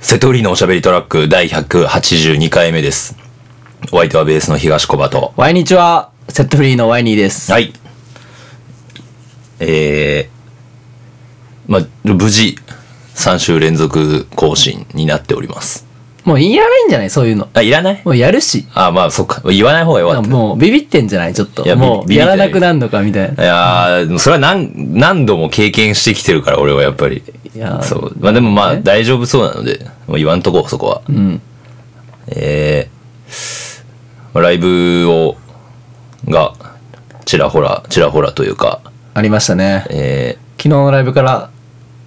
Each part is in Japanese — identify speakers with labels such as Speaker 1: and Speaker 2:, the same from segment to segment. Speaker 1: 瀬戸フリーのおしゃべりトラック第182回目です。お相手はベースの東小葉と。
Speaker 2: ワイニチは、セットフリーのワイニーです。
Speaker 1: はい。えー、まあ、無事、3週連続更新になっております。
Speaker 2: もういらないんじゃないそういうの。
Speaker 1: あ、いらない
Speaker 2: もうやるし。
Speaker 1: あ、まあ、そっか。言わない方がよかっ
Speaker 2: もうビビってんじゃないちょっと
Speaker 1: いや。ビビ
Speaker 2: も
Speaker 1: ビ
Speaker 2: う
Speaker 1: ビって
Speaker 2: や
Speaker 1: な
Speaker 2: ら
Speaker 1: い
Speaker 2: なくなるのかみたいな。
Speaker 1: た。いやーそれは何、何度も経験してきてるから、俺はやっぱり。
Speaker 2: いやー
Speaker 1: そう。まあでもまあ、大丈夫そうなので、もう言わんとこう、そこは。
Speaker 2: うん。
Speaker 1: えーまあライブを、が、ちらほら、ちらほらというか、
Speaker 2: ありましたね。
Speaker 1: え
Speaker 2: 昨日のライブから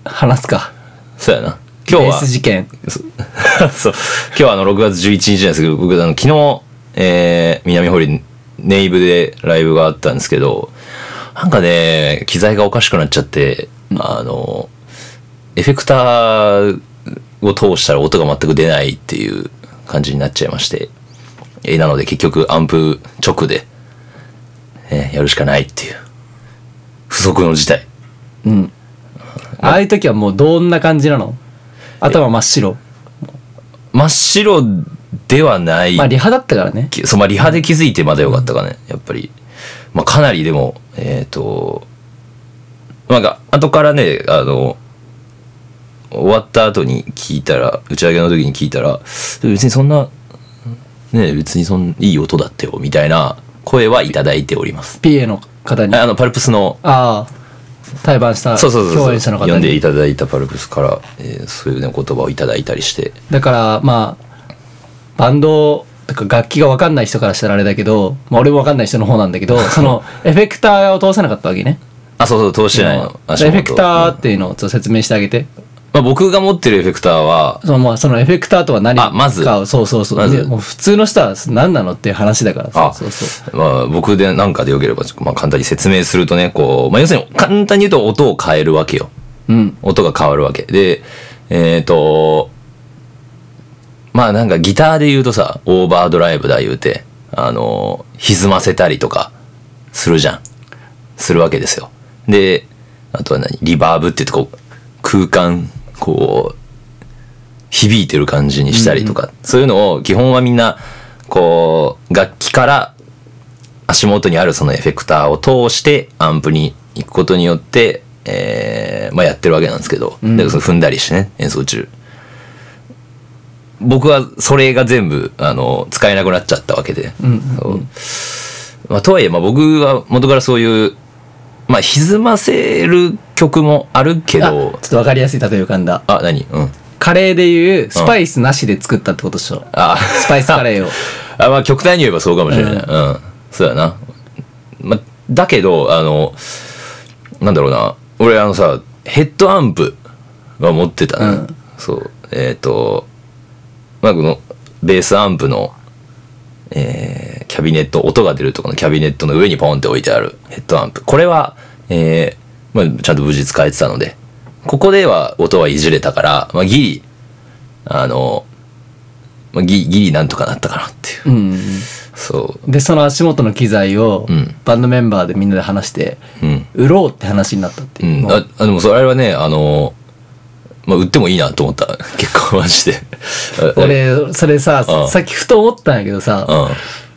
Speaker 2: 話すか。
Speaker 1: ーそうやな。今日
Speaker 2: レー
Speaker 1: は
Speaker 2: ス、事件。
Speaker 1: そう。今日はあの、6月11日なんですけど、僕、あの、昨日、えー南堀ネイブでライブがあったんですけど、なんかね、機材がおかしくなっちゃって、あの、エフェクターを通したら音が全く出ないっていう感じになっちゃいまして、えーなので結局アンプ直で、えーやるしかないっていう、不足の事態。
Speaker 2: うん。ああいう時はもうどんな感じなの頭真っ白。
Speaker 1: 真っ白ではない。
Speaker 2: まあリハだったからね。
Speaker 1: きそうまあリハで気づいてまだよかったかね、やっぱり。まあかなりでも、えっ、と、なんか、後からね、あの、終わった後に聞いたら、打ち上げの時に聞いたら、別にそんな、ね、別にそんいい音だったよ、みたいな声はいただいております。
Speaker 2: PA の方に。あ
Speaker 1: あの、パルプスの、
Speaker 2: あ。対バンした
Speaker 1: そうそうそうそう
Speaker 2: 共演者の方
Speaker 1: 呼んでい
Speaker 2: に。
Speaker 1: ただいたパルプスから、えーそういうね、言葉をいただいたりして、
Speaker 2: だから、まあ、バンド、とか楽器が分かんない人からしたらあれだけど、まあ俺も分かんない人の方なん だけど、その、エフェクターを通さなかったわけね。
Speaker 1: あ、そうそう、通してない
Speaker 2: あ
Speaker 1: の
Speaker 2: の。
Speaker 1: あ
Speaker 2: エフェクタ
Speaker 1: うん
Speaker 2: ーっていうのをちょっと説明してあげて。
Speaker 1: まあ、僕が持ってるエフェクターは、
Speaker 2: そのまあ、そのエフェクターとは何か
Speaker 1: あまず
Speaker 2: をそうそうそう。
Speaker 1: まず
Speaker 2: でもう普通の人は何なのっていう話だから。
Speaker 1: あ
Speaker 2: そうそうそう。
Speaker 1: まあ、僕でなんかでよければ、まあ、簡単に説明するとね、こう、まあ、要するに簡単に言うと音を変えるわけよ。
Speaker 2: うん。
Speaker 1: 音が変わるわけ。で、えっ、と、まあなんかギターで言うとさ、オーバードライブだ言うて、あの、歪ませたりとかするじゃん。するわけですよ。で、あとは何リバーブって言ってこう、空間、こう、響いてる感じにしたりとか、そういうのを基本はみんな、こう、楽器から足元にあるそのエフェクターを通してアンプに行くことによって、えーまあ、やってるわけなんですけど、
Speaker 2: ん
Speaker 1: でその踏んだりしてね演奏中僕はそれが全部あの使えなくなっちゃったわけで、そうまあ、とはいえ、まあ、僕は元からそういう、まあ、歪ませる曲もあるけ
Speaker 2: あち
Speaker 1: ど
Speaker 2: ょっとわかりやすい例え浮かんだ。
Speaker 1: あ何うん
Speaker 2: カレーでいう、スパイスなしで作ったってことでしょ。
Speaker 1: あ
Speaker 2: スパイスカレーを。
Speaker 1: あまあ極端に言えばそうかもしれない。うん。そうやな。まあ、だけど、あの、なんだろうな。俺あのさ、ヘッドアンプは持ってたな、
Speaker 2: うん
Speaker 1: そう。えっ、と、まあこの、ベースアンプの、えーキャビネット、音が出るとこのキャビネットの上にポンって置いてあるヘッドアンプ。これは、えーまあ、ちゃんと無事使えてたので、ここでは音はいじれたから、まあ、ギリ、あの、まあ、ギリギリなんとかなったかなっていう。
Speaker 2: うん。
Speaker 1: そ
Speaker 2: で、その足元の機材を
Speaker 1: うん、
Speaker 2: バンドメンバーでみんなで話して、
Speaker 1: う。うん。
Speaker 2: 売ろうって話になったって
Speaker 1: う
Speaker 2: いう。
Speaker 1: ん。
Speaker 2: もう
Speaker 1: あ、あでもそれはね、あの、まあ、売ってもいいなと思った。 結構マジで。あ、
Speaker 2: 俺、それさ
Speaker 1: うん、
Speaker 2: さっきふと思ったんやけどさ、
Speaker 1: あ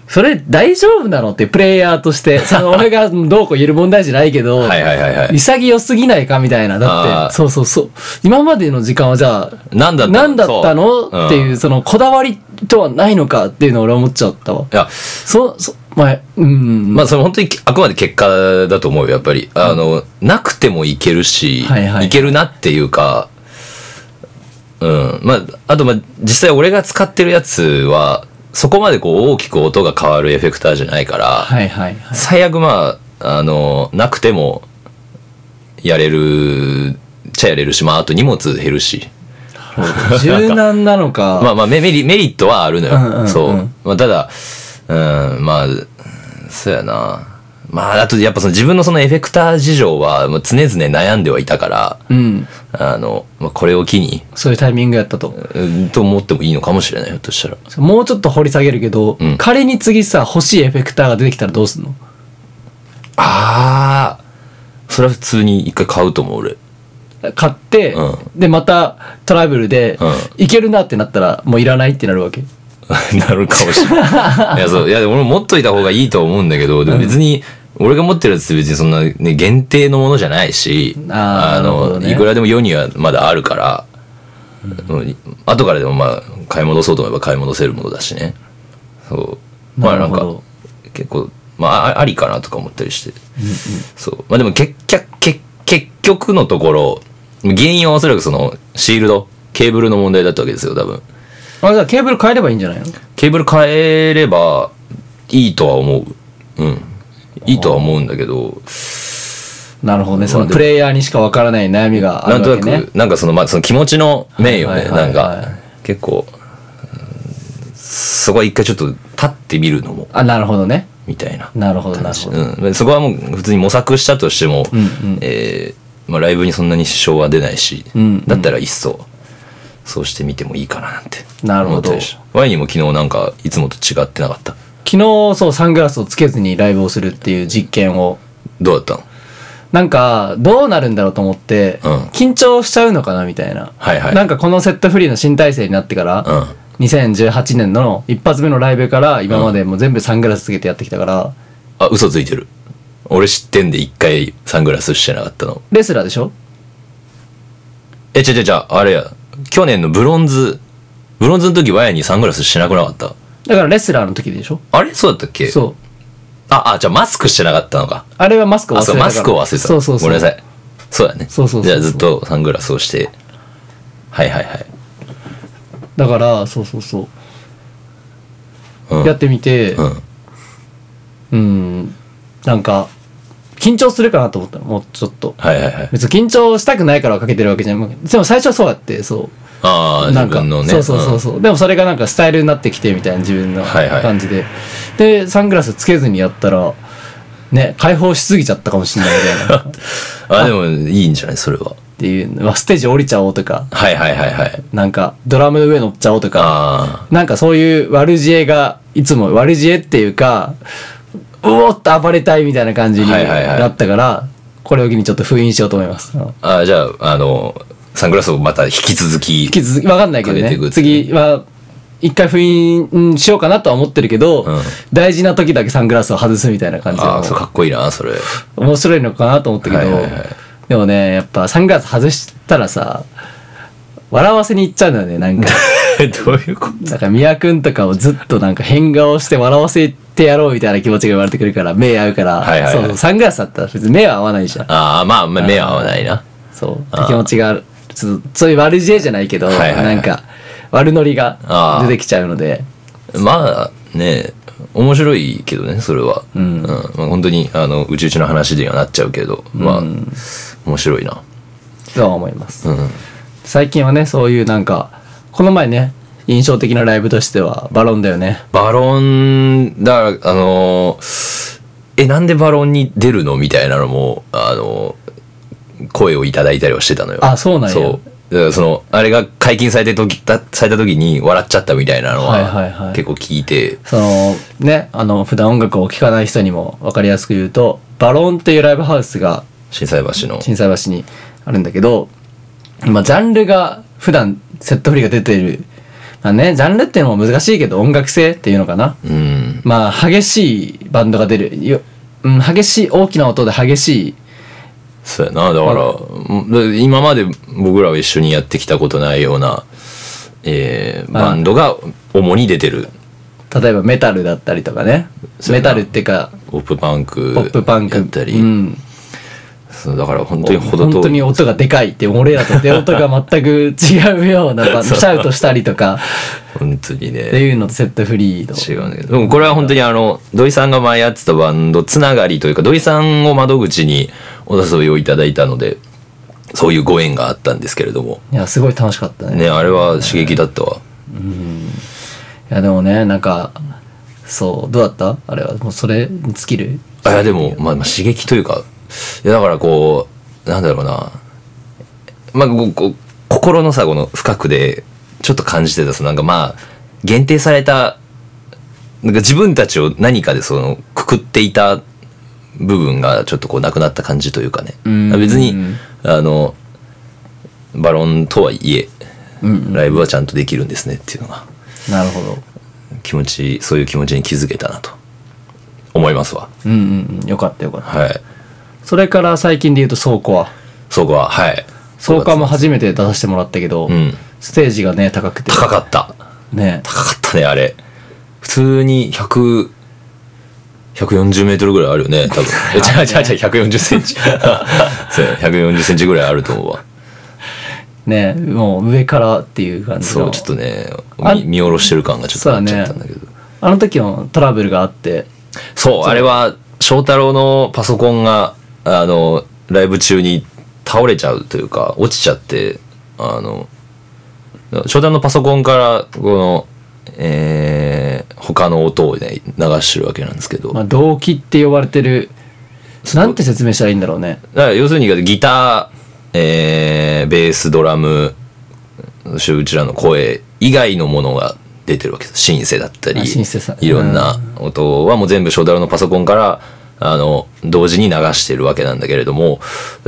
Speaker 2: それ大丈夫なのってプレイヤー として、その俺がどうこう言える問題じゃないけど、
Speaker 1: うん。はいはいはいはい。
Speaker 2: 潔すぎないかみたいな。だ
Speaker 1: あー
Speaker 2: って、そうそうそう。今までの時間はじゃあ、
Speaker 1: 何だったの
Speaker 2: 何だったの
Speaker 1: そう
Speaker 2: っていう、
Speaker 1: ん
Speaker 2: そのこだわりとはないのかっていうのを俺は思っちゃったわ。
Speaker 1: いや、
Speaker 2: そ、そ、まあ、うん。
Speaker 1: まあ、それ本当にあくまで結果だと思うよ、やっぱり。あの、なくてもいけるし、
Speaker 2: はいはい
Speaker 1: けるなっていうか、うん。まあ、あと、まあ、実際俺が使ってるやつは、そこまでこう大きく音が変わるエフェクターじゃないから、
Speaker 2: はいはい はい。
Speaker 1: 最悪まあ、あの、なくても、やれる、ちゃやれるし、まあ、あと荷物減るし。
Speaker 2: 柔軟なの
Speaker 1: ま
Speaker 2: か。
Speaker 1: あまあメメリ、メリットはあるのよ。
Speaker 2: うんうんうん
Speaker 1: そう。まあ、ただ、うん、まあ、そうやな。まあ、あと、やっぱその自分のそのエフェクター事情は、もう常々悩んではいたから、
Speaker 2: うん。
Speaker 1: あの、まあ、これを機に、
Speaker 2: そういうタイミングやったと。
Speaker 1: うんと思ってもいいのかもしれない、ひょっとしたら。
Speaker 2: もうちょっと掘り下げるけど、
Speaker 1: うん
Speaker 2: 仮に次さ、欲しいエフェクターが出てきたらどうすんの
Speaker 1: ああ、それは普通に一回買うと思う、俺。
Speaker 2: 買って、
Speaker 1: うん
Speaker 2: でまたトラブルで、
Speaker 1: う
Speaker 2: いけるなってなったらもういらないってなるわけ
Speaker 1: なるかもしれない。いや、そう。いや、でも俺も持っといた方がいいと思うんだけど、でも別に、俺が持ってるやつって別にそんな、ね、限定のものじゃないし、
Speaker 2: あーなるほど
Speaker 1: の、
Speaker 2: ね
Speaker 1: いくらでも世にはまだあるから、うん、後からでもまあ、買い戻そうと思えば買い戻せるものだしね。そう。まあなん
Speaker 2: なる
Speaker 1: か
Speaker 2: ほど、
Speaker 1: 結構、まああ、ありかなとか思ったりして。そう。まあでも結局、結結局のところ、原因はおそらくその、シールド、ケーブルの問題だったわけですよ、多分。
Speaker 2: あじゃあケーブル変えればいいんじゃないの
Speaker 1: ケーブル変えればいいとは思う。うん。いいとは思うんだけど、
Speaker 2: なるほどねそ
Speaker 1: まあ
Speaker 2: の
Speaker 1: でも
Speaker 2: プレイヤーにしかわからない悩みがあ
Speaker 1: なん
Speaker 2: る
Speaker 1: と
Speaker 2: わ
Speaker 1: な
Speaker 2: け
Speaker 1: く、
Speaker 2: ね
Speaker 1: なんかその、まあ、その気持ちの名誉ね、
Speaker 2: はいはいはいはい
Speaker 1: なんか、結構、うんそこは一回ちょっと立ってみるのも、
Speaker 2: あなるほどね
Speaker 1: みたいな。
Speaker 2: なるほどなるほど、
Speaker 1: うんで、そこはもう普通に模索したとしても、
Speaker 2: うんうん
Speaker 1: えーまあ、ライブにそんなに支障は出ないし、
Speaker 2: うんうん
Speaker 1: だったらいっそそうしてみてもいいかななんて
Speaker 2: なるほ
Speaker 1: 思
Speaker 2: ど
Speaker 1: ったりしたワインにも昨日なんかいつもと違ってなかった
Speaker 2: 昨日そうサングラスをつけずにライブをするっていう実験を
Speaker 1: どうだったの
Speaker 2: なんかどうなるんだろうと思って、
Speaker 1: うん
Speaker 2: 緊張しちゃうのかなみたいな、
Speaker 1: はいはい
Speaker 2: なんかこのセットフリーの新体制になってから、
Speaker 1: うん
Speaker 2: 2018年の一発目のライブから今までもう全部サングラスつけてやってきたから
Speaker 1: あ嘘ついてる俺知ってんで一回サングラスしてなかったの
Speaker 2: レスラーでしょ
Speaker 1: えちゃちゃちゃあれや去年のブロンズブロンズの時ワインにサングラスしてなくなかった
Speaker 2: だからレスラーの時でしょ
Speaker 1: あれそうだったっけ
Speaker 2: そう
Speaker 1: ああじゃあマスクしてなかったのか
Speaker 2: あれはマスクを忘
Speaker 1: あ
Speaker 2: れた
Speaker 1: そう
Speaker 2: から
Speaker 1: マスクを忘れてた
Speaker 2: そうそうそう
Speaker 1: ごめんなさいそうだね
Speaker 2: そうそうそうそう
Speaker 1: じゃあずっとサングラスをしてはいはいはい
Speaker 2: だからそうそうそう、
Speaker 1: うん
Speaker 2: やってみて
Speaker 1: うん
Speaker 2: うんなんか緊張するかなと思ったのもうちょっと
Speaker 1: はいはいはい
Speaker 2: 別に緊張したくないからかけてるわけじゃないでも最初はそうやってそう
Speaker 1: ああ自
Speaker 2: なんか
Speaker 1: 分のね
Speaker 2: そうそうそうそう、でもそれがなんかスタイルになってきてみたいな自分の
Speaker 1: はいはい
Speaker 2: 感じで、でサングラスつけずにやったらね解放しすぎちゃったかもしれないみたいなっ
Speaker 1: うんあでもいいんじゃないそれは
Speaker 2: ていうのはステージ降りちゃおうとか
Speaker 1: はいはいはいはい
Speaker 2: なんかドラムの上乗っちゃおうとか
Speaker 1: あ
Speaker 2: なんかそういう悪知恵がいつも悪知恵っていうかうおっと暴れたいみたいな感じに
Speaker 1: はいはいはい
Speaker 2: なったから、これを機にちょっと封印しようと思いますうん
Speaker 1: ーあーじゃああのサングラスをまた引き続き
Speaker 2: 引き続きわかんないけ
Speaker 1: か
Speaker 2: ど
Speaker 1: けて
Speaker 2: ね
Speaker 1: いくっていう
Speaker 2: 次は一回封印しようかなとは思ってるけど、
Speaker 1: うん
Speaker 2: 大事な時だけサングラスを外すみたいな感じで
Speaker 1: ああそうかっこいいな それ
Speaker 2: 面白いのかなと思ったけ
Speaker 1: は
Speaker 2: ど、
Speaker 1: いはいはい
Speaker 2: でもねやっぱサングラス外したらさ笑わせに行っちゃうんだよねな んか
Speaker 1: どういうこと
Speaker 2: だから宮君とかをずっとなんか変顔して笑わせてやろうみたいな気持ちが生まれてくるから目合うから、
Speaker 1: はいはいはい
Speaker 2: そうそうサングラスだったら別に目は合わないじゃん
Speaker 1: ああまあまあ目は合わないな
Speaker 2: そうって気持ちがあるちょっとそういう悪知恵じゃないけど、
Speaker 1: はいはいはい
Speaker 2: なんか悪ノリが
Speaker 1: あー
Speaker 2: 出てきちゃうので
Speaker 1: まあね面白いけどねそれはうんまあ、本当にあのうちうちの話にはなっちゃうけどまあ、面白いな
Speaker 2: とは思います、
Speaker 1: うん
Speaker 2: 最近はねそういうなんかこの前ね印象的なライブとしてはバロンだよね
Speaker 1: バロンだあのえなんでバロンに出るのみたいなのもあの声をいただいたりはしてたのよ
Speaker 2: あそうなんや
Speaker 1: そうだからそのあれが解禁されてときたされた時に笑っちゃったみたいなの
Speaker 2: はいはいは
Speaker 1: はい結構聞いて、
Speaker 2: そのねあの普段音楽を聴かない人にも分かりやすく言うとバロンっていうライブハウスが
Speaker 1: 震災橋の
Speaker 2: 心斎橋にあるんだけど、まあ、ジャンルが普段セットフリが出ている、まあね、ジャンルっていうのも難しいけど音楽性っていうのかな
Speaker 1: うん
Speaker 2: まあ激しいバンドが出るよ、うん、激しい大きな音で激しい
Speaker 1: そうやなだから、うんだから今まで僕らは一緒にやってきたことないような、えー
Speaker 2: ああ
Speaker 1: バンドが主に出てる
Speaker 2: 例えばメタルだったりとかね
Speaker 1: そう
Speaker 2: メ
Speaker 1: やな
Speaker 2: タルっていうか
Speaker 1: ポップパンク
Speaker 2: ポップパンク
Speaker 1: やったり、
Speaker 2: うん、
Speaker 1: そうだから本当に程
Speaker 2: 本当
Speaker 1: 遠
Speaker 2: に
Speaker 1: い
Speaker 2: 音がでかいって俺らと出音が全く違うような バンドシャウトしたりとか
Speaker 1: 本当に
Speaker 2: って
Speaker 1: ね
Speaker 2: いうのとセットフリード
Speaker 1: 違うんだけどでもこれは本当にあの土井さんが前やってたバンドつながりというか土井さんを窓口にお誘いをいただいたのでそういうご縁があったんですけれども
Speaker 2: いやすごい楽しかったね
Speaker 1: ねあれは刺激だったわ
Speaker 2: いやでもねなんかそうどうだったあれはもうそれに尽きる
Speaker 1: あいやでも、まあ、まあ刺激というかいやだからこうなんだろうなまあこうこう心のさこの深くでちょっと感じてたそのなんかまあ限定されたなんか自分たちを何かでそのくくっていた部分がちょっとこうなくなった感じというかね
Speaker 2: うん
Speaker 1: 別にあのバロンとはいえ、
Speaker 2: うん
Speaker 1: ライブはちゃんとできるんですねっていうのが
Speaker 2: なるほど
Speaker 1: 気持ちそういう気持ちに気づけたなと思いますわ
Speaker 2: うんうんうんよかったよかった
Speaker 1: はい
Speaker 2: それから最近で言うと倉庫は
Speaker 1: そこははい
Speaker 2: 倉庫はもう初めて出させてもらったけど、
Speaker 1: うん
Speaker 2: ステージがね高くて
Speaker 1: 高かった
Speaker 2: ね
Speaker 1: 高かったねあれ普通に100 140メートルぐらいあるよね、多分。え、違う違う違う、140センチ。そうや140センチぐらいあると思うわ。
Speaker 2: ねもう上からっていう感じ
Speaker 1: そ
Speaker 2: の
Speaker 1: う、ちょっとね
Speaker 2: あ、
Speaker 1: 見見下ろしてる感がちょっと
Speaker 2: そ
Speaker 1: な
Speaker 2: うだ
Speaker 1: っちゃ
Speaker 2: ね
Speaker 1: ったんだけど。
Speaker 2: あの時もトラブルがあって
Speaker 1: そう、あれは、翔太郎のパソコンが、あの、ライブ中に倒れちゃうというか、落ちちゃって、あの、翔太郎のパソコンから、この、えー、他の音をね、流してるわけなんですけど、
Speaker 2: まあ、動機って呼ばれてるなんて説明したらいいんだろうね
Speaker 1: だから要するにギター、えー、ベース、ドラム、そしてうちらの声以外のものが出てるわけです。シンセだったり、
Speaker 2: あシンセさ
Speaker 1: いろんな音はもう全部ショーダルのパソコンから、あの、同時に流してるわけなんだけれども、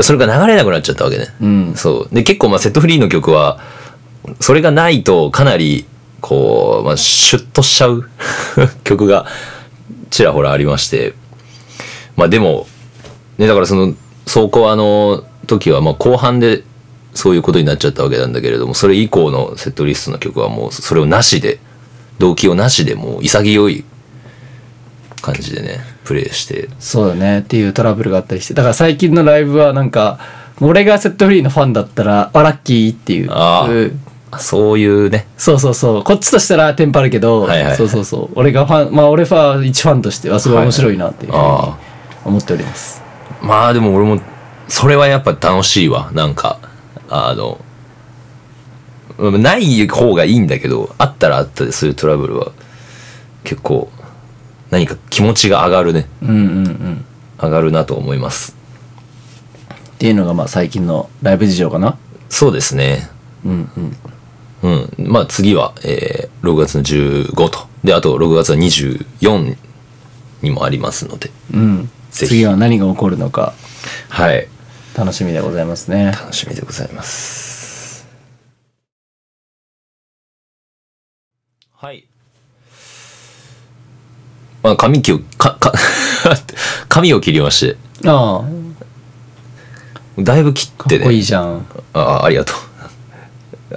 Speaker 1: それが流れなくなっちゃったわけね。
Speaker 2: うん
Speaker 1: そう。で、結構まあセットフリーの曲は、それがないとかなり、こう、まあ、シュッとしちゃう 曲がちらほらありまして、まあでも、ね、だからその、走行あの時は、まあ後半でそういうことになっちゃったわけなんだけれども、それ以降のセットリストの曲はもうそれをなしで、動機をなしでもう潔い感じでね、プレイして。
Speaker 2: そうだねっていうトラブルがあったりしてだから最近のライブはなんか俺がセットフリーのファンだったらあラッキーっていう
Speaker 1: あー
Speaker 2: うん
Speaker 1: そういうね、
Speaker 2: そうそうそうこっちとしたらテンパるけど、
Speaker 1: はいはい
Speaker 2: そうそうそう俺がファンまあ俺ファン一ファンとしてはすごい面白いなっていうふうに
Speaker 1: あ
Speaker 2: 思っております、
Speaker 1: あ、まあでも俺も、それはやっぱ楽しいわ、なんか、あの、ない方がいいんだけど、あったらあったで、そういうトラブルは、結構、何か気持ちが上がるね。
Speaker 2: うんうんうん
Speaker 1: 上がるなと思います。
Speaker 2: っていうのがまあ最近のライブ事情かな
Speaker 1: そうですね。
Speaker 2: うんうん
Speaker 1: うん。まあ次は、えー、6月の15と。で、あと6月は24にもありますので。
Speaker 2: うん
Speaker 1: ぜひ
Speaker 2: 次は何が起こるのか
Speaker 1: はい。
Speaker 2: 楽しみでございますね
Speaker 1: 楽しみでございます。はい。まあ、髪切を、か、 か、髪を切りまして。
Speaker 2: ああ
Speaker 1: だいぶ切っ
Speaker 2: か
Speaker 1: て
Speaker 2: っ
Speaker 1: ね。
Speaker 2: こいいじゃん
Speaker 1: ああありがとう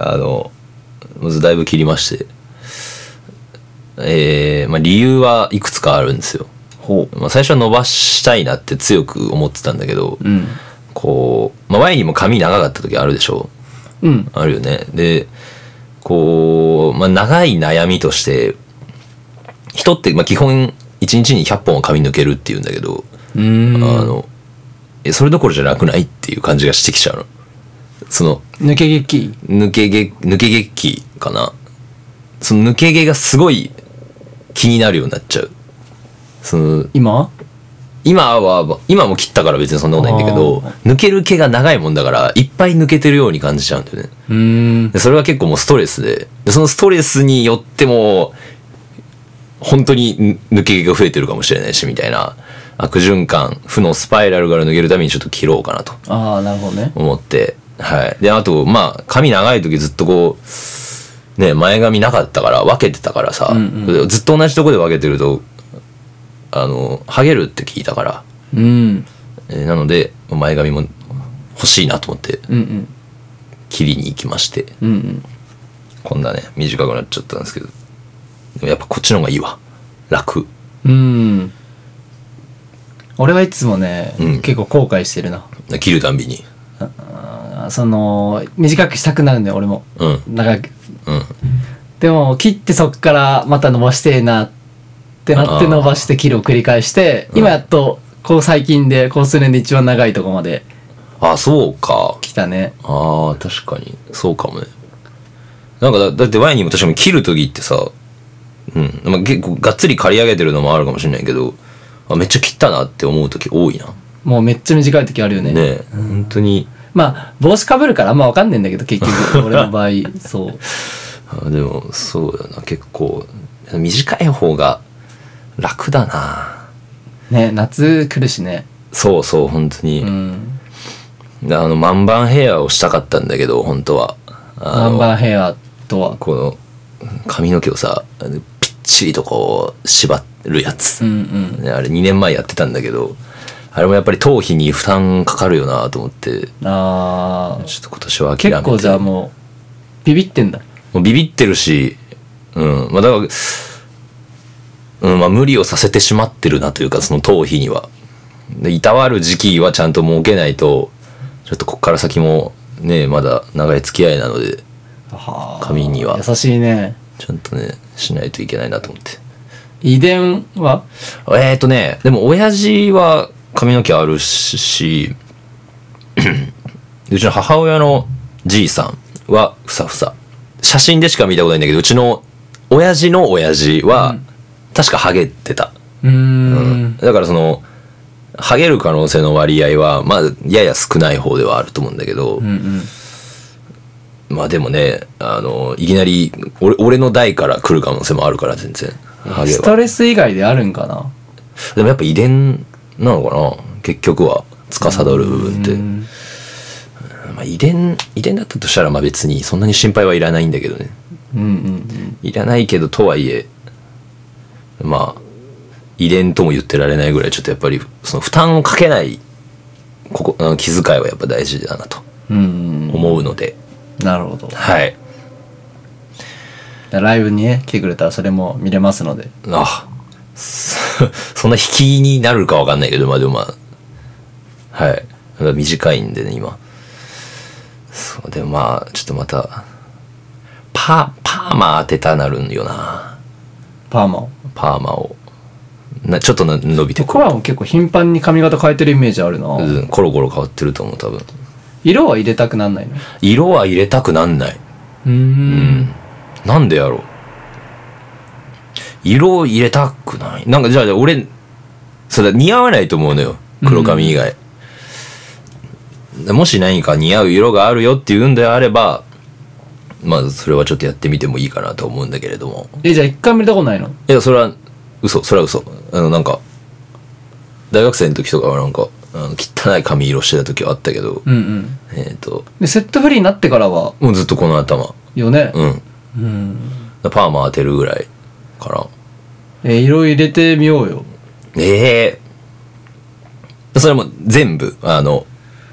Speaker 1: あのまずだいぶ切りましてえーまあ、理由はいくつかあるんですよ、
Speaker 2: ほ
Speaker 1: まあ、最初は伸ばしたいなって強く思ってたんだけど、
Speaker 2: ううん
Speaker 1: こう、まあ、前にも髪長かった時あるでしょ
Speaker 2: うん
Speaker 1: あるよねでこう、まあ、長い悩みとして人って、まあ、基本1日に100本は髪抜けるっていうんだけど、
Speaker 2: うーん
Speaker 1: あのえそれどころじゃなくないっていう感じがしてきちゃうのその
Speaker 2: 抜け劇
Speaker 1: 抜け毛、抜け毛期かな。その抜け毛がすごい気になるようになっちゃう。その、
Speaker 2: 今
Speaker 1: 今は、今も切ったから別にそんなことないんだけど、抜ける毛が長いもんだから、いっぱい抜けてるように感じちゃうんだよね。
Speaker 2: うーん
Speaker 1: でそれは結構もうストレスで、でそのストレスによっても、本当に抜け毛が増えてるかもしれないし、みたいな、悪循環、負のスパイラルから抜けるためにちょっと切ろうかなと。
Speaker 2: ああなるほどね
Speaker 1: 思って、はい。で、あと、まあ、髪長い時ずっとこう、ね、前髪なかったから、分けてたからさ、
Speaker 2: うん
Speaker 1: ずっと同じとこで分けてると、あの、ハゲるって聞いたから、
Speaker 2: うん
Speaker 1: えーなので、前髪も欲しいなと思って、
Speaker 2: うんうん
Speaker 1: 切りに行きまして、
Speaker 2: うんうん
Speaker 1: こんなね、短くなっちゃったんですけど、でもやっぱこっちの方がいいわ。楽。
Speaker 2: うん俺はいつもね、
Speaker 1: うん
Speaker 2: 結構後悔してるな
Speaker 1: 切るたんびに。
Speaker 2: あーその短くしたくなるんだよ俺も
Speaker 1: うん、
Speaker 2: 長く
Speaker 1: うん。
Speaker 2: でも切ってそっからまた伸ばしてえなってなって
Speaker 1: あー
Speaker 2: 伸ばして切るを繰り返して今やっとこう最近でこう数年で一番長いとこまで
Speaker 1: あ、そうか。
Speaker 2: 来たね
Speaker 1: ああ、確かに。そうかもね。なんかだ、だってワインにも確かに切る時ってさ、うん。まあ、結構がっつり刈り上げてるのもあるかもしれないけど、あめっちゃ切ったなって思う時多いな。
Speaker 2: もうめっちゃ短い時あるよね
Speaker 1: ねえ、本当に。
Speaker 2: まあ帽子かぶるからあんま分かんねえんだけど結 局俺の場合そう
Speaker 1: あでも、そうだな。結構、短い方が楽だな。
Speaker 2: ね夏来るしね
Speaker 1: そうそう、本当に。
Speaker 2: うん
Speaker 1: であの、万番ヘアをしたかったんだけど、本当は。あ
Speaker 2: ナ
Speaker 1: の
Speaker 2: ンバーヘアとは。
Speaker 1: この、髪の毛をさ、ぴっちりとこう、縛るやつ。
Speaker 2: うんうん。
Speaker 1: ねあれ2年前やってたんだけど、あれもやっぱり頭皮に負担かかるよなと思って、
Speaker 2: あー
Speaker 1: ちょっと今年は諦めて。
Speaker 2: 結構じゃあもう、ビビってんだ。
Speaker 1: もうビビってるし、うん。まあだから、うん、まあ無理をさせてしまってるなというか、その頭皮には。で、いたわる時期はちゃんと設けないと、ちょっとこっから先もね、まだ長い付き合いなので、髪には
Speaker 2: 優しいね。
Speaker 1: ちゃんとね、しないといけないなと思って。
Speaker 2: 遺伝は
Speaker 1: えーとね、でも親父は髪の毛あるし、 うちの母親のじいさんはふさふさ。写真でしか見たことないんだけど、うちの親父の親父は、確かハゲてた。
Speaker 2: うーん。
Speaker 1: だからその、ハゲる可能性の割合は、まあ、やや少ない方ではあると思うんだけど、
Speaker 2: うんうん。
Speaker 1: まあでもね、あの、いきなり、俺、俺の代から来る可能性もあるから、全然。ハゲ
Speaker 2: ス
Speaker 1: は。
Speaker 2: トレス以外であるんかな
Speaker 1: でもやっぱ遺伝なのかな結局は、司る部分って。
Speaker 2: うん
Speaker 1: まあ、遺伝遺伝だったとしたらまあ別にそんなに心配はいらないんだけどね
Speaker 2: うんうん
Speaker 1: いらないけどとはいえまあ遺伝とも言ってられないぐらいちょっとやっぱりその負担をかけないここあの気遣いはやっぱ大事だなと
Speaker 2: うんうんうん
Speaker 1: 思うので、
Speaker 2: なるほど
Speaker 1: はい
Speaker 2: ライブにね来てくれたらそれも見れますので
Speaker 1: あそ そんな引きになるかわかんないけどまあでもまあはいまだ短いんでね今そうでもまあちょっとまたパーパーマ当てたなるんよな
Speaker 2: パーマを
Speaker 1: パーマをなちょっとな伸びて
Speaker 2: 僕はもう結構頻繁に髪型変えてるイメージあるな、
Speaker 1: うん、コロコロ変わってると思う多分
Speaker 2: 色は入れたくなんないの
Speaker 1: 色は入れたくなんないう
Speaker 2: ーん
Speaker 1: なんでやろう色を入れたくないなんかじゃあ俺それ似合わないと思うのよ黒髪以外、もし何か似合う色があるよっていうんであればまあそれはちょっとやってみてもいいかなと思うんだけれども
Speaker 2: えじゃあ一回も入れたことないの
Speaker 1: いや、それは、嘘、それは嘘。あの、なんか、大学生の時とかはなんか、あの汚い髪色してた時はあったけど、
Speaker 2: うんうん
Speaker 1: えっ、と、
Speaker 2: でセットフリーになってからは
Speaker 1: もうずっとこの頭。
Speaker 2: よね
Speaker 1: うん。
Speaker 2: うん、
Speaker 1: パーマ当てるぐらいか
Speaker 2: え色入れてみようよ
Speaker 1: な。ええそれも全部、あの、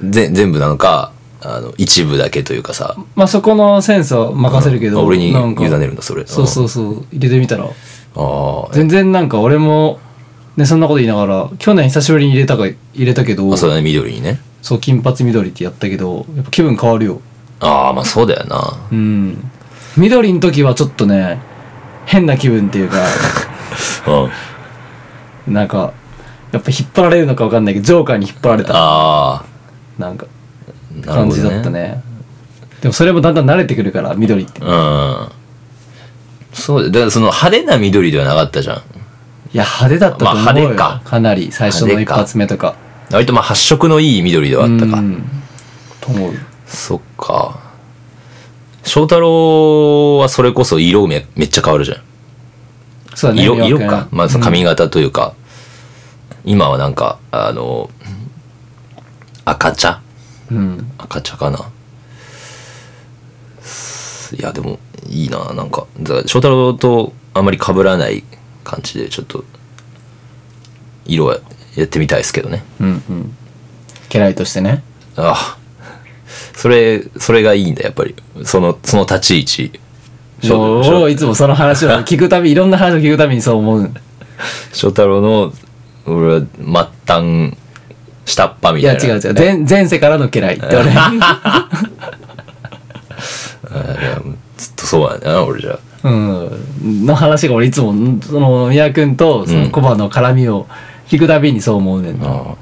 Speaker 1: ぜ全部なのか、あの、一部だけというかさ、
Speaker 2: まあそこのセンスは任せるけど、
Speaker 1: あ俺に委
Speaker 2: なんか
Speaker 1: ねるんだ、それ。
Speaker 2: そうそうそう入れてみたら
Speaker 1: あー
Speaker 2: 全然なんか俺もねそんなこと言いながら去年久しぶりに入れたか入れたけど
Speaker 1: あ、そうだね、緑にね。
Speaker 2: そう金髪緑ってやったけどやっぱ気分変わるよ
Speaker 1: ああ、まあそうだよな。
Speaker 2: うん緑の時はちょっとね変な気分っていうか
Speaker 1: うん。
Speaker 2: なんかやっぱ引っ張られるのかわかんないけどジョーカーに引っ張られた
Speaker 1: ああ、
Speaker 2: なんか
Speaker 1: なるほど、ね。
Speaker 2: 感じだったねでもそれもだんだん慣れてくるから緑って
Speaker 1: うん。そうだ、だからその派手な緑ではなかったじゃん。
Speaker 2: いや派手だったと思うよ、
Speaker 1: まあ派手か
Speaker 2: なり最初の一
Speaker 1: 派手か
Speaker 2: 発目とか
Speaker 1: 割とまあ発色のいい緑ではあったか。
Speaker 2: うんと思う
Speaker 1: そっか。翔太郎はそれこそ色めめっちゃ変わるじゃん。
Speaker 2: そうだね
Speaker 1: 色
Speaker 2: 迷惑
Speaker 1: 色
Speaker 2: やな
Speaker 1: か。まあその髪型というか、今はなんか、あの、赤茶
Speaker 2: うん
Speaker 1: 赤茶かな。いや、でも、いいな、なんか。だから翔太郎とあんまり被らない感じで、ちょっと、色はやってみたいですけどね。
Speaker 2: うんうん家来としてね
Speaker 1: ああ。それ、それがいいんだ、やっぱり。その、その立ち位置。翔
Speaker 2: 俺はいつもその話を聞くたびいろんな話を聞くたびにそう思う
Speaker 1: 翔太郎の、俺は末端、下っ端み
Speaker 2: い
Speaker 1: たい
Speaker 2: や
Speaker 1: な。
Speaker 2: 違う違う前前世からの家来って俺
Speaker 1: ずっとそうやな、俺じゃ。
Speaker 2: うん、の話が俺いつもんその宮君とそのコバの絡みを聞くたびにそう思うねんな、
Speaker 1: ああ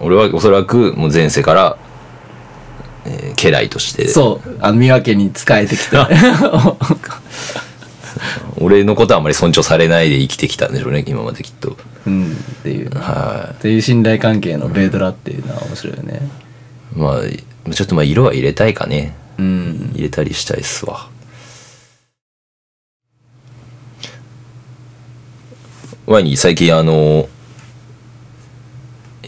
Speaker 1: 俺はおそらく、もう前世から、えー家来として。
Speaker 2: そうあの三輪家に仕えてきて
Speaker 1: 俺のことはあまり尊重されないで生きてきたんでしょうね今まできっと
Speaker 2: うんっていうっ
Speaker 1: は
Speaker 2: ていう信頼関係のベイドラっていうのは面白いよね
Speaker 1: いまあちょっとまあ色は入れたいかね
Speaker 2: うん
Speaker 1: 入れたりしたいっすわワニ最近あの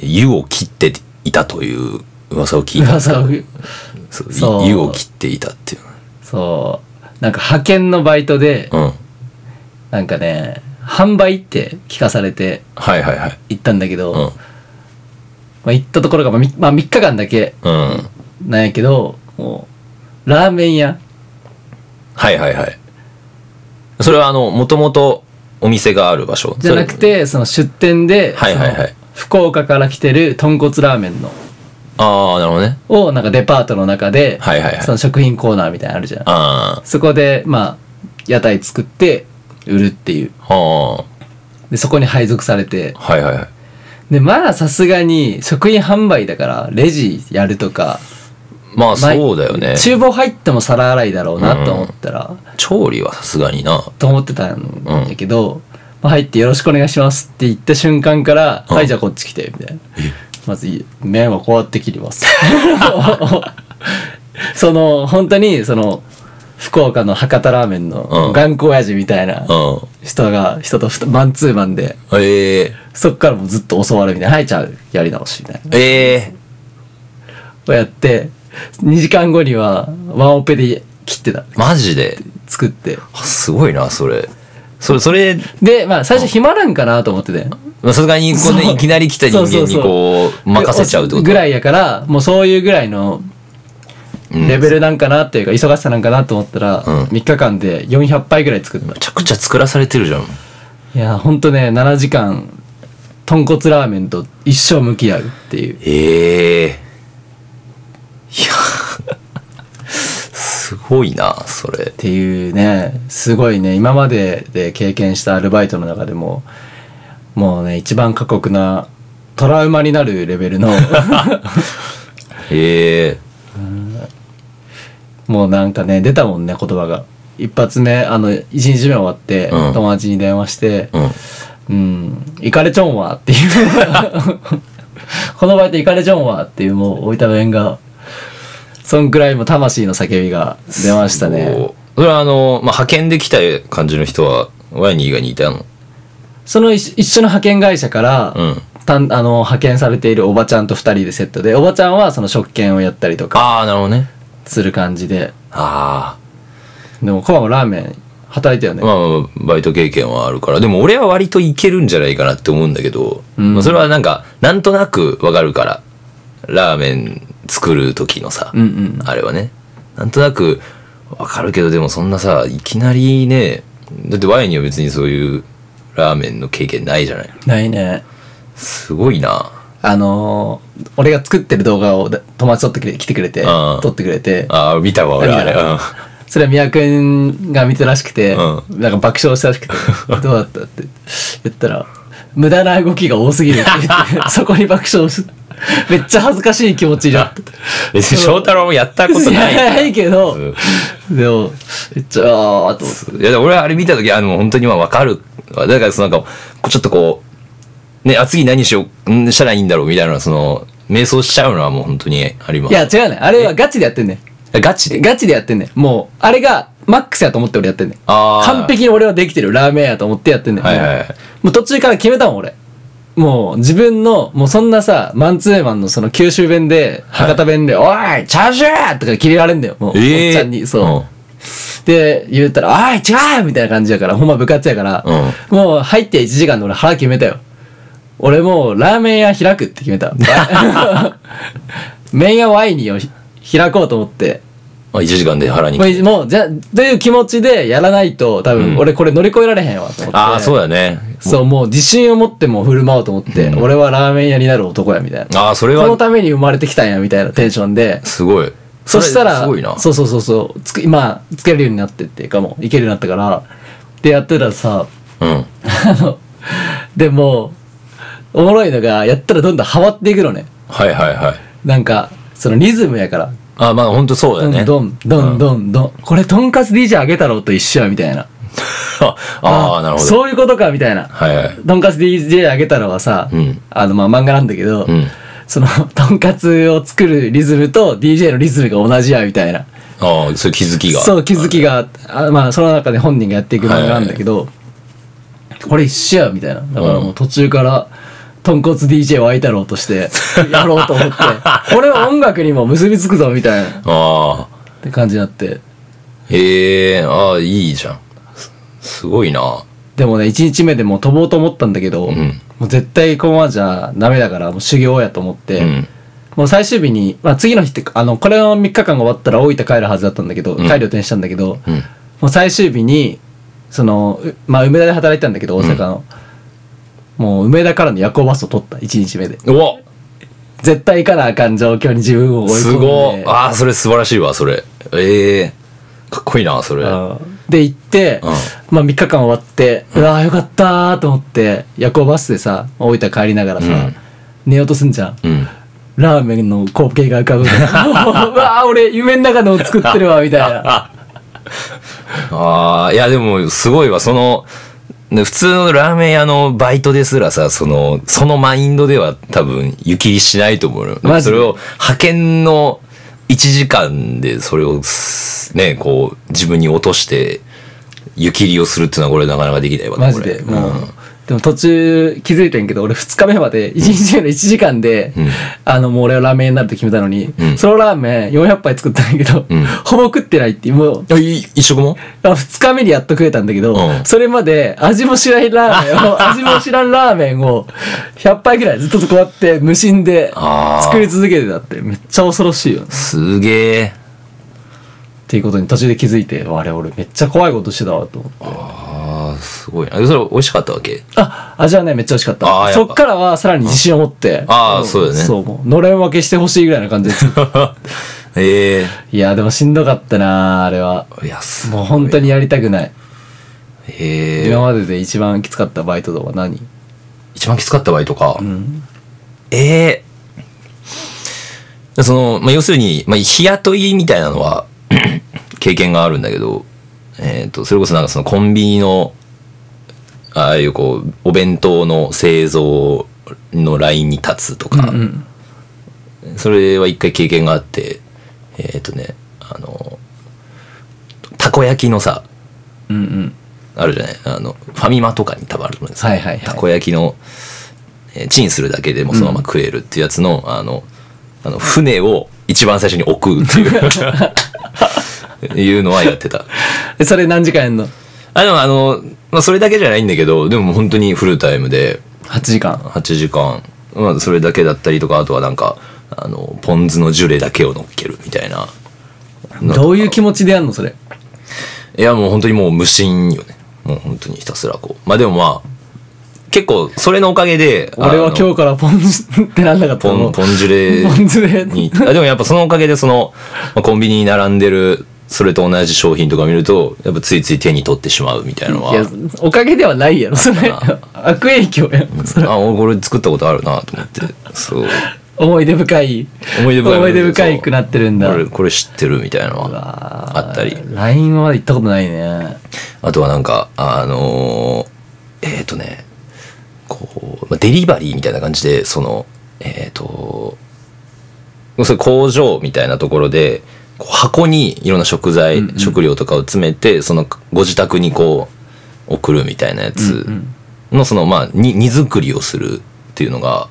Speaker 1: 湯を切っていたという噂を聞いた
Speaker 2: 噂を
Speaker 1: そう
Speaker 2: そう
Speaker 1: い湯を切っていたっていう
Speaker 2: そうなんか派遣のバイトで
Speaker 1: うんはい
Speaker 2: なんかね販売って聞かされて
Speaker 1: はいはい
Speaker 2: 行ったんだけど、
Speaker 1: うん
Speaker 2: まあ、行ったところが、まあみまあ、3日間だけ
Speaker 1: うん
Speaker 2: なんやけどもうラーメン屋
Speaker 1: はいはいはいそれはあのもともとお店がある場所
Speaker 2: じゃな
Speaker 1: そ
Speaker 2: く
Speaker 1: れ
Speaker 2: てその出店で、
Speaker 1: はいはいはい
Speaker 2: その福岡から来てる豚骨ラーメンの
Speaker 1: ああなるほどね
Speaker 2: をなんかデパートの中で、
Speaker 1: はいはいはい
Speaker 2: その食品コーナーみたいなのあるじゃん
Speaker 1: あ
Speaker 2: そこでまあ屋台作って売るっていう
Speaker 1: あは
Speaker 2: でそこに配属されて
Speaker 1: あはいはいはい
Speaker 2: でまださすがに食品販売だからレジやるとか
Speaker 1: まあ
Speaker 2: まあ
Speaker 1: そうだよね
Speaker 2: 厨房入っても皿洗いだろうなと思ったら、
Speaker 1: 調理はさすがにな
Speaker 2: と思ってたんだけど、まあ入って「よろしくお願いします」って言った瞬間から「
Speaker 1: うん
Speaker 2: はいじゃあこっち来て」みたいなまず麺はこうやって切ります その本当にその福岡の博多ラーメン
Speaker 1: う
Speaker 2: の
Speaker 1: ん
Speaker 2: 頑固親父みたいな
Speaker 1: うん
Speaker 2: 人が人とふたマンツーマンで
Speaker 1: ええ
Speaker 2: そっからもうずっと教わるみたいな「はいじゃあやり直し」みたいな
Speaker 1: ええ
Speaker 2: をやって2時間後にはワンオペで切ってた
Speaker 1: マジで
Speaker 2: 作って
Speaker 1: あすごいなそれそれそれ
Speaker 2: でまあ最初暇なんかなと思ってて
Speaker 1: まあさすがにこうね
Speaker 2: そう
Speaker 1: いきなり来た人間にこう任せちゃうってこと
Speaker 2: ぐらいやからもうそういうぐらいの
Speaker 1: うん
Speaker 2: レベルなんかなっていうか、忙しさなんかなと思ったら、
Speaker 1: うん
Speaker 2: 3日間で400杯ぐらい作った
Speaker 1: めちゃくちゃ作らされてるじゃん
Speaker 2: いやほんとね7時間豚骨ラーメンと一生向き合うっていう
Speaker 1: ええいや すごいなそれ
Speaker 2: っていうねすごいね今までで経験したアルバイトの中でももうね一番過酷なトラウマになるレベルの
Speaker 1: ええ
Speaker 2: もうなんかね出たもんね言葉が一発目あの1日目終わって、
Speaker 1: うん
Speaker 2: 友達に電話して、
Speaker 1: うん
Speaker 2: うん、イカれちょんわっていう。 この場合でイカれちょんわっていうもう置いた面が、そんくらいもう魂の叫びが出ましたね。
Speaker 1: そうそれはあの、まあ、派遣で来た感じの人はワイニー以外にいたの
Speaker 2: その一一緒の派遣会社から、
Speaker 1: うん
Speaker 2: たんあの派遣されているおばちゃんと二人でセットで、おばちゃんはその食券をやったりとか
Speaker 1: ああなるほどね
Speaker 2: する感じで、
Speaker 1: あ
Speaker 2: でもコバもラーメン働いたよ
Speaker 1: あ
Speaker 2: ね。
Speaker 1: まあまあバイト経験はあるからでも俺は割といけるんじゃないかなって思うんだけど、
Speaker 2: うん
Speaker 1: まあ、それはなんかなんとなくわかるからラーメン作る時のさ、
Speaker 2: うんうん。
Speaker 1: あれはねなんとなくわかるけどでもそんなさいきなりねだってワイニーは別にそういうラーメンの経験ないじゃない
Speaker 2: ないね。
Speaker 1: すごいな
Speaker 2: あのー俺が作ってる動画をだ友達撮ってくれ来てくれて、
Speaker 1: ああ
Speaker 2: 撮ってくれて、
Speaker 1: ああ見たわ俺あれ
Speaker 2: あ見たそれは宮君が見てらしくて、
Speaker 1: う
Speaker 2: なんか爆笑したら しくて「どうだった?」って言ったら「無駄な動きが多すぎる」って言 ってそこに爆笑しめっちゃ恥ずかしい気持ちになっ
Speaker 1: う
Speaker 2: て
Speaker 1: ん別に翔太郎もやったこと
Speaker 2: い
Speaker 1: な
Speaker 2: や
Speaker 1: い
Speaker 2: ないけど、
Speaker 1: うん
Speaker 2: でもめっちゃあーっと思って
Speaker 1: いや、でも俺はあれ見たとき、あの、本当にまあわかるわ。だから、そのなんか、こうちょっとこう、ね、あ、次何しよう、んしたらいいんだろうみたいな、その、迷走しちゃうのはもう本当にありま
Speaker 2: い
Speaker 1: す。
Speaker 2: や違うねあれはガチでやってんね
Speaker 1: ガチで。
Speaker 2: ガチでやってんねもうあれがマックスやと思って俺やってんね
Speaker 1: あー
Speaker 2: 完璧に俺はできてるラーメン屋と思ってやってんね
Speaker 1: はいはいはい
Speaker 2: もう途中から決めたもん俺もう自分のもうそんなさマンツーマンのその九州弁で博多弁で「おいチャーシュー!」とか切れられんだよもう、おっちゃんにそう、で言ったら「おい違う!」みたいな感じやからほんま部活やから、もう入って1時間で俺腹決めたよ俺もうラーメン屋開くって決 めた麺屋ワイニーをひ開こうと思って
Speaker 1: まあ、1時間で腹に
Speaker 2: も。うもうじゃという気持ちでやらないと多
Speaker 1: うん
Speaker 2: 分俺これ乗り越えられへんわと思って、
Speaker 1: ああ、そうだね。
Speaker 2: そうもう自信を持ってもう振る舞おうと思って、
Speaker 1: うん
Speaker 2: 俺はラーメン屋になる男やみたいな
Speaker 1: ああ、それ
Speaker 2: この
Speaker 1: は、
Speaker 2: ために生まれてきたんやみたいなテンションです
Speaker 1: ごい。
Speaker 2: そしたら
Speaker 1: れすごいな。
Speaker 2: そうそうそうそうつく今つけるようになってっていうかもういけるようになったからでやってたらさ
Speaker 1: うん。
Speaker 2: あのでもおもろいのがやったらどんどんハマっていくのね
Speaker 1: はいはいはい。
Speaker 2: なんかそのリズムやから
Speaker 1: ああ、まあ本当そうだよ
Speaker 2: どん
Speaker 1: ね。
Speaker 2: どんどんどんどんこれとんかつ DJ あげたろうと一緒やみたいな
Speaker 1: ああー、なるほど。
Speaker 2: そういうことかみたいな
Speaker 1: はいはい。
Speaker 2: とんかつ DJ あげたらはさ、
Speaker 1: うん
Speaker 2: あのまあ漫画なんだけど、
Speaker 1: うん
Speaker 2: その とんかつを作るリズムと DJ のリズムが同じやみたいな
Speaker 1: ああ、そういう気づきが。
Speaker 2: そう気づきがあまあその中で本人がやっていく漫画なんだけど、これ一緒やみたいなだからもう途中から豚骨 DJ をいたろうとして、やろうと 思って、これは音楽にも結びつくぞ、みたいな、っ
Speaker 1: ああ。
Speaker 2: て感じになって。
Speaker 1: ええああ、いいじゃん。すすごいな。
Speaker 2: でもね、1日目でもう飛ぼうと思ったんだけど、
Speaker 1: ん
Speaker 2: もう絶対このままじゃダメだから、もう修行やと思って、
Speaker 1: うん。
Speaker 2: もう最終日に、まあ次の日って、あの、これの3日間が終わったら大分帰るはずだったんだけど、
Speaker 1: うん
Speaker 2: 帰る予定にしたんだけど、
Speaker 1: うん。
Speaker 2: もう最終日に、その、うまあ梅田で働いてたんだけど、大阪の。もう梅田からの夜行バスを取った、1日目で。
Speaker 1: うわ
Speaker 2: 絶対行かなあかん状況に自分を追い込んです
Speaker 1: ごい。ああ、それ素晴らしいわ、それ。ええかっこいいな、それ。うん。
Speaker 2: で行って、
Speaker 1: うん
Speaker 2: まあ、3日間終わって、うわーよかったーと思って夜行バスでさ大分帰りながらさ、
Speaker 1: うん
Speaker 2: 寝ようとすんじゃんラーメンの光景が浮かぶ うわー俺夢の中のを作ってる わみた いな
Speaker 1: ああ、いや、でも、すごいわ、その、ね普通のラーメン屋のバイトですらさ、その、そのマインドでは多分、湯切りしないと思うよ。でも
Speaker 2: マジ
Speaker 1: そ
Speaker 2: で
Speaker 1: れを、派遣の1時間で、それをす、ね、こう、自分に落として、湯切りをするっていうのは、これなかなかできないわね
Speaker 2: マジで
Speaker 1: これ
Speaker 2: もう、
Speaker 1: うん
Speaker 2: でも途中気づいてんけど俺2日目まで1日目の1時 間で、
Speaker 1: ん
Speaker 2: あのもう俺はラーメン屋になると決めたのに、
Speaker 1: ん
Speaker 2: そのラーメン400杯作ったんだけど、
Speaker 1: うん
Speaker 2: ほぼ食ってないっていうもう
Speaker 1: あい一食も
Speaker 2: あ二日目にやっと食えたんだけど、
Speaker 1: うん
Speaker 2: それまで味も知らんラーメンを、 味も知らんラーメンを、100杯ぐらいずっとこうやって無心で
Speaker 1: あー
Speaker 2: 作り続けてたって、めっちゃ恐ろしいよね。っ
Speaker 1: すげえ。
Speaker 2: ていうことに途中で気づいて、あれ俺めっちゃ怖いことしてたわと思って。
Speaker 1: ああ、すごいな。それ、美味しかったわけ
Speaker 2: あ、味はね、めっちゃ美味しかっ
Speaker 1: あーやっ
Speaker 2: た。
Speaker 1: ぱ
Speaker 2: そっからはさらに自信を持って。
Speaker 1: あー
Speaker 2: ん
Speaker 1: そうだよね
Speaker 2: そう、もう、のれん分けしてほしいぐらいな感じ です。
Speaker 1: ええ
Speaker 2: いや、でもしんどかったなあれは。
Speaker 1: いや、す
Speaker 2: もう本当にやりたくない。
Speaker 1: ええ
Speaker 2: 今までで一番きつかったバイトとは何
Speaker 1: 一番きつかった場合とか。
Speaker 2: うん。
Speaker 1: ええその、まあ、要するに、まあ、日雇いみたいなのは 経験があるんだけど、えっ、と、それこそなんかそのコンビニの、ああいうこう、お弁当の製造のラインに立つとか、
Speaker 2: うん。
Speaker 1: それは一回経験があって、えっ、とね、あの、たこ焼きのさ、
Speaker 2: うんうん。
Speaker 1: あるじゃないあの、ファミマとかに多分あると思うんですよ
Speaker 2: はいはいはい
Speaker 1: たこ焼きの、えーチンするだけでもそのまま食えるっていうやつの、あの、あの、船を一番最初に置くって いう、いうのはやってた。
Speaker 2: えそれ何時間やんの
Speaker 1: あ、でもあの、まあ、それだけじゃないんだけど、でも本当にフルタイムで、
Speaker 2: 8時間
Speaker 1: 8時間、まあ、それだけだったりとか、あとはなんか、あの、ポン酢のジュレだけを乗っけるみたいな。
Speaker 2: どういう気持ちでやんのそれ
Speaker 1: いやもう本当にもう無心よね。もう本当にひたすらこう。まあでもまあ、結構それのおかげで、
Speaker 2: 俺は
Speaker 1: あの
Speaker 2: 今日からポン酢ってなんなかった
Speaker 1: ポン、
Speaker 2: の
Speaker 1: ポンジュ
Speaker 2: ポン酢で
Speaker 1: レに、あでもやっぱそのおかげでその、まあコンビニに並んでる、それと同じ商品とか見ると、やっぱついつい手に取ってしまうみたいなの
Speaker 2: いや
Speaker 1: は、
Speaker 2: おかげではないやろそれ 悪影響やんそれ
Speaker 1: あ、俺これ作ったことあるなと思って、そう。
Speaker 2: 思い出深い
Speaker 1: 思い出深い
Speaker 2: 思い出深いくなってるんだ
Speaker 1: これ、これ知ってるみたいなの
Speaker 2: う
Speaker 1: は
Speaker 2: わー
Speaker 1: あったり。
Speaker 2: LINE はまだ行ったことないね
Speaker 1: あとはなんか、あのーえっ、とね、こう、まあ、デリバリーみたいな感じで、その、えっ、と、それ工場みたいなところで、こう箱にいろんな食材、
Speaker 2: うんうん
Speaker 1: 食料とかを詰めて、そのご自宅にこう、送るみたいなやつ
Speaker 2: うんうん
Speaker 1: の、その、まあ、に、荷造りをするっていうのが、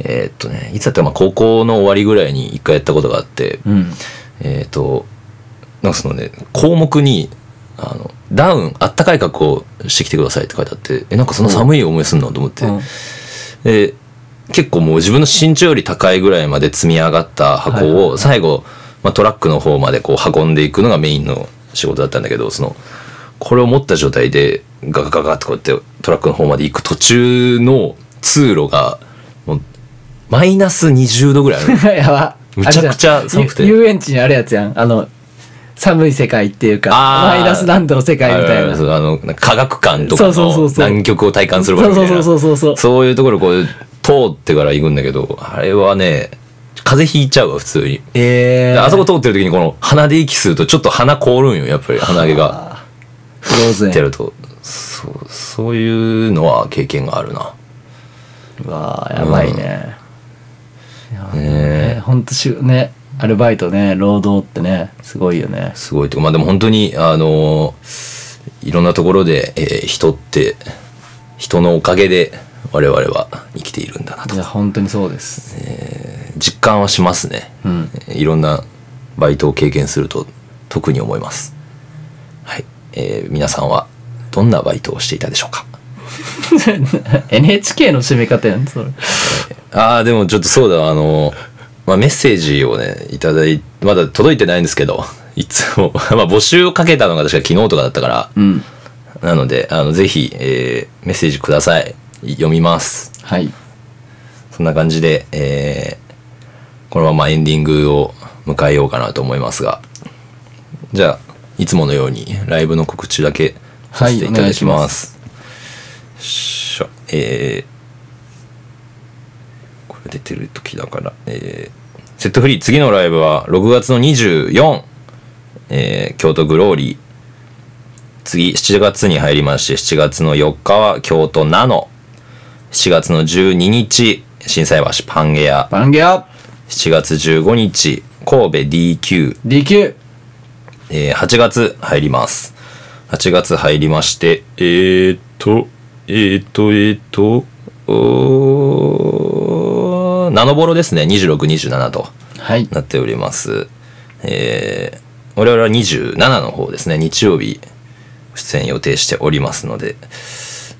Speaker 1: えっ、とね、いつだったら、まあ、高校の終わりぐらいに一回やったことがあって、
Speaker 2: うん
Speaker 1: えっ、と、なんかそのね、項目に、あの、ダウン、あったかい格好をしてきてくださいって書いてあって、え、なんかそんな寒い思いすんのと思って、
Speaker 2: うん
Speaker 1: で、結構もう自分の身長より高いぐらいまで積み上がった
Speaker 2: はいはい
Speaker 1: 箱
Speaker 2: は
Speaker 1: を、最後、まあ、トラックの方までこう運んでいくのがメインの仕事だったんだけど、その、これを持った状態でガガガガってこうやってトラックの方まで行く途中の通路が、もう、マイナス20度ぐらいあるの
Speaker 2: やば
Speaker 1: むちゃくちゃ
Speaker 2: あれじん
Speaker 1: 寒くて
Speaker 2: ゆ遊園地にあるやつやんあの寒い世界っていうか
Speaker 1: あ
Speaker 2: マ
Speaker 1: ー
Speaker 2: イナス何度の世界みたい
Speaker 1: あ
Speaker 2: な
Speaker 1: るそうあの、なんか科学館とか
Speaker 2: そうそ
Speaker 1: の
Speaker 2: うそうそう
Speaker 1: 南極を体感する場所みたいな。
Speaker 2: そうそうそうそうそう
Speaker 1: そういうところこう、通ってから行くんだけど、あれはね、風邪ひいちゃうわ、普通に。
Speaker 2: えー、
Speaker 1: あそこ通ってる時にこの鼻で息するとちょっと鼻凍るんよ、やっぱり鼻毛が。
Speaker 2: あーフローズン
Speaker 1: ってやると。そう、そういうのは経験があるな。
Speaker 2: うわあやばいね、
Speaker 1: ね
Speaker 2: ね
Speaker 1: え
Speaker 2: ほんとしねアルバイトね労働ってねすごいよね
Speaker 1: すごいというかまあでも本当に、あのーいろんなところで、えー人って、人のおかげで、我々は生きているんだなと
Speaker 2: いや本当にそうです、
Speaker 1: 実感はしますね、
Speaker 2: うん
Speaker 1: いろんなバイトを経験すると特に思いますはい、えー皆さんはどんなバイトをしていたでしょうか
Speaker 2: NHK の締め方やんそれ
Speaker 1: あーでもちょっとそうだあの、まあ、メッセージをねいただいまだ届いてないんですけどいつも まあ募集をかけたのが確か昨日とかだったから
Speaker 2: うん
Speaker 1: なのであのぜひ、えーメッセージください読みます
Speaker 2: はい
Speaker 1: そんな感じで、えーこのままエンディングを迎えようかなと思いますが、じゃあ、いつものようにライブの告知だけさせていただきます。しょ、えーこれ出てる時だから、えーセットフリー次のライブは6月の24、えー京都グローリー。次、7月に入りまして、7月の4日は京都ナノ。7月の12日、心斎橋パンゲア。
Speaker 2: バンゲア
Speaker 1: 7月15日、神戸 DQ。
Speaker 2: DQ
Speaker 1: えー8月入ります。8月入りまして、えーっと、えーっと、えーっと、おーナノボロですね。26、27と
Speaker 2: はい
Speaker 1: なっております。えー我々は27の方ですね。日曜日、出演予定しておりますので、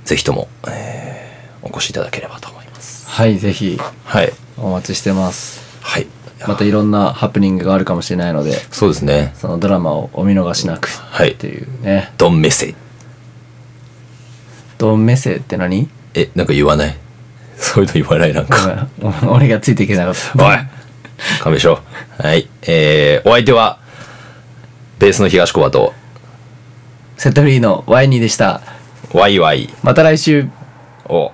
Speaker 1: ぜひとも、えーお越しいただければと思います。
Speaker 2: はいぜひ
Speaker 1: はい。
Speaker 2: お待ちしてます
Speaker 1: はい。
Speaker 2: またいろんなハプニングがあるかもしれないので
Speaker 1: そうですね。
Speaker 2: そのドラマをお見逃しなく
Speaker 1: はい
Speaker 2: っていうね
Speaker 1: ドンメセ。
Speaker 2: ドンメセっ て何
Speaker 1: え、なんか言わない そういうの言わないなん
Speaker 2: ご
Speaker 1: か。
Speaker 2: めんお 俺がついていけなかった
Speaker 1: おい勘弁しろ。はい。えー、お相手は、ベースの東小バと、
Speaker 2: セットフリーのワイニーでした
Speaker 1: ワイワイ
Speaker 2: また来週
Speaker 1: を、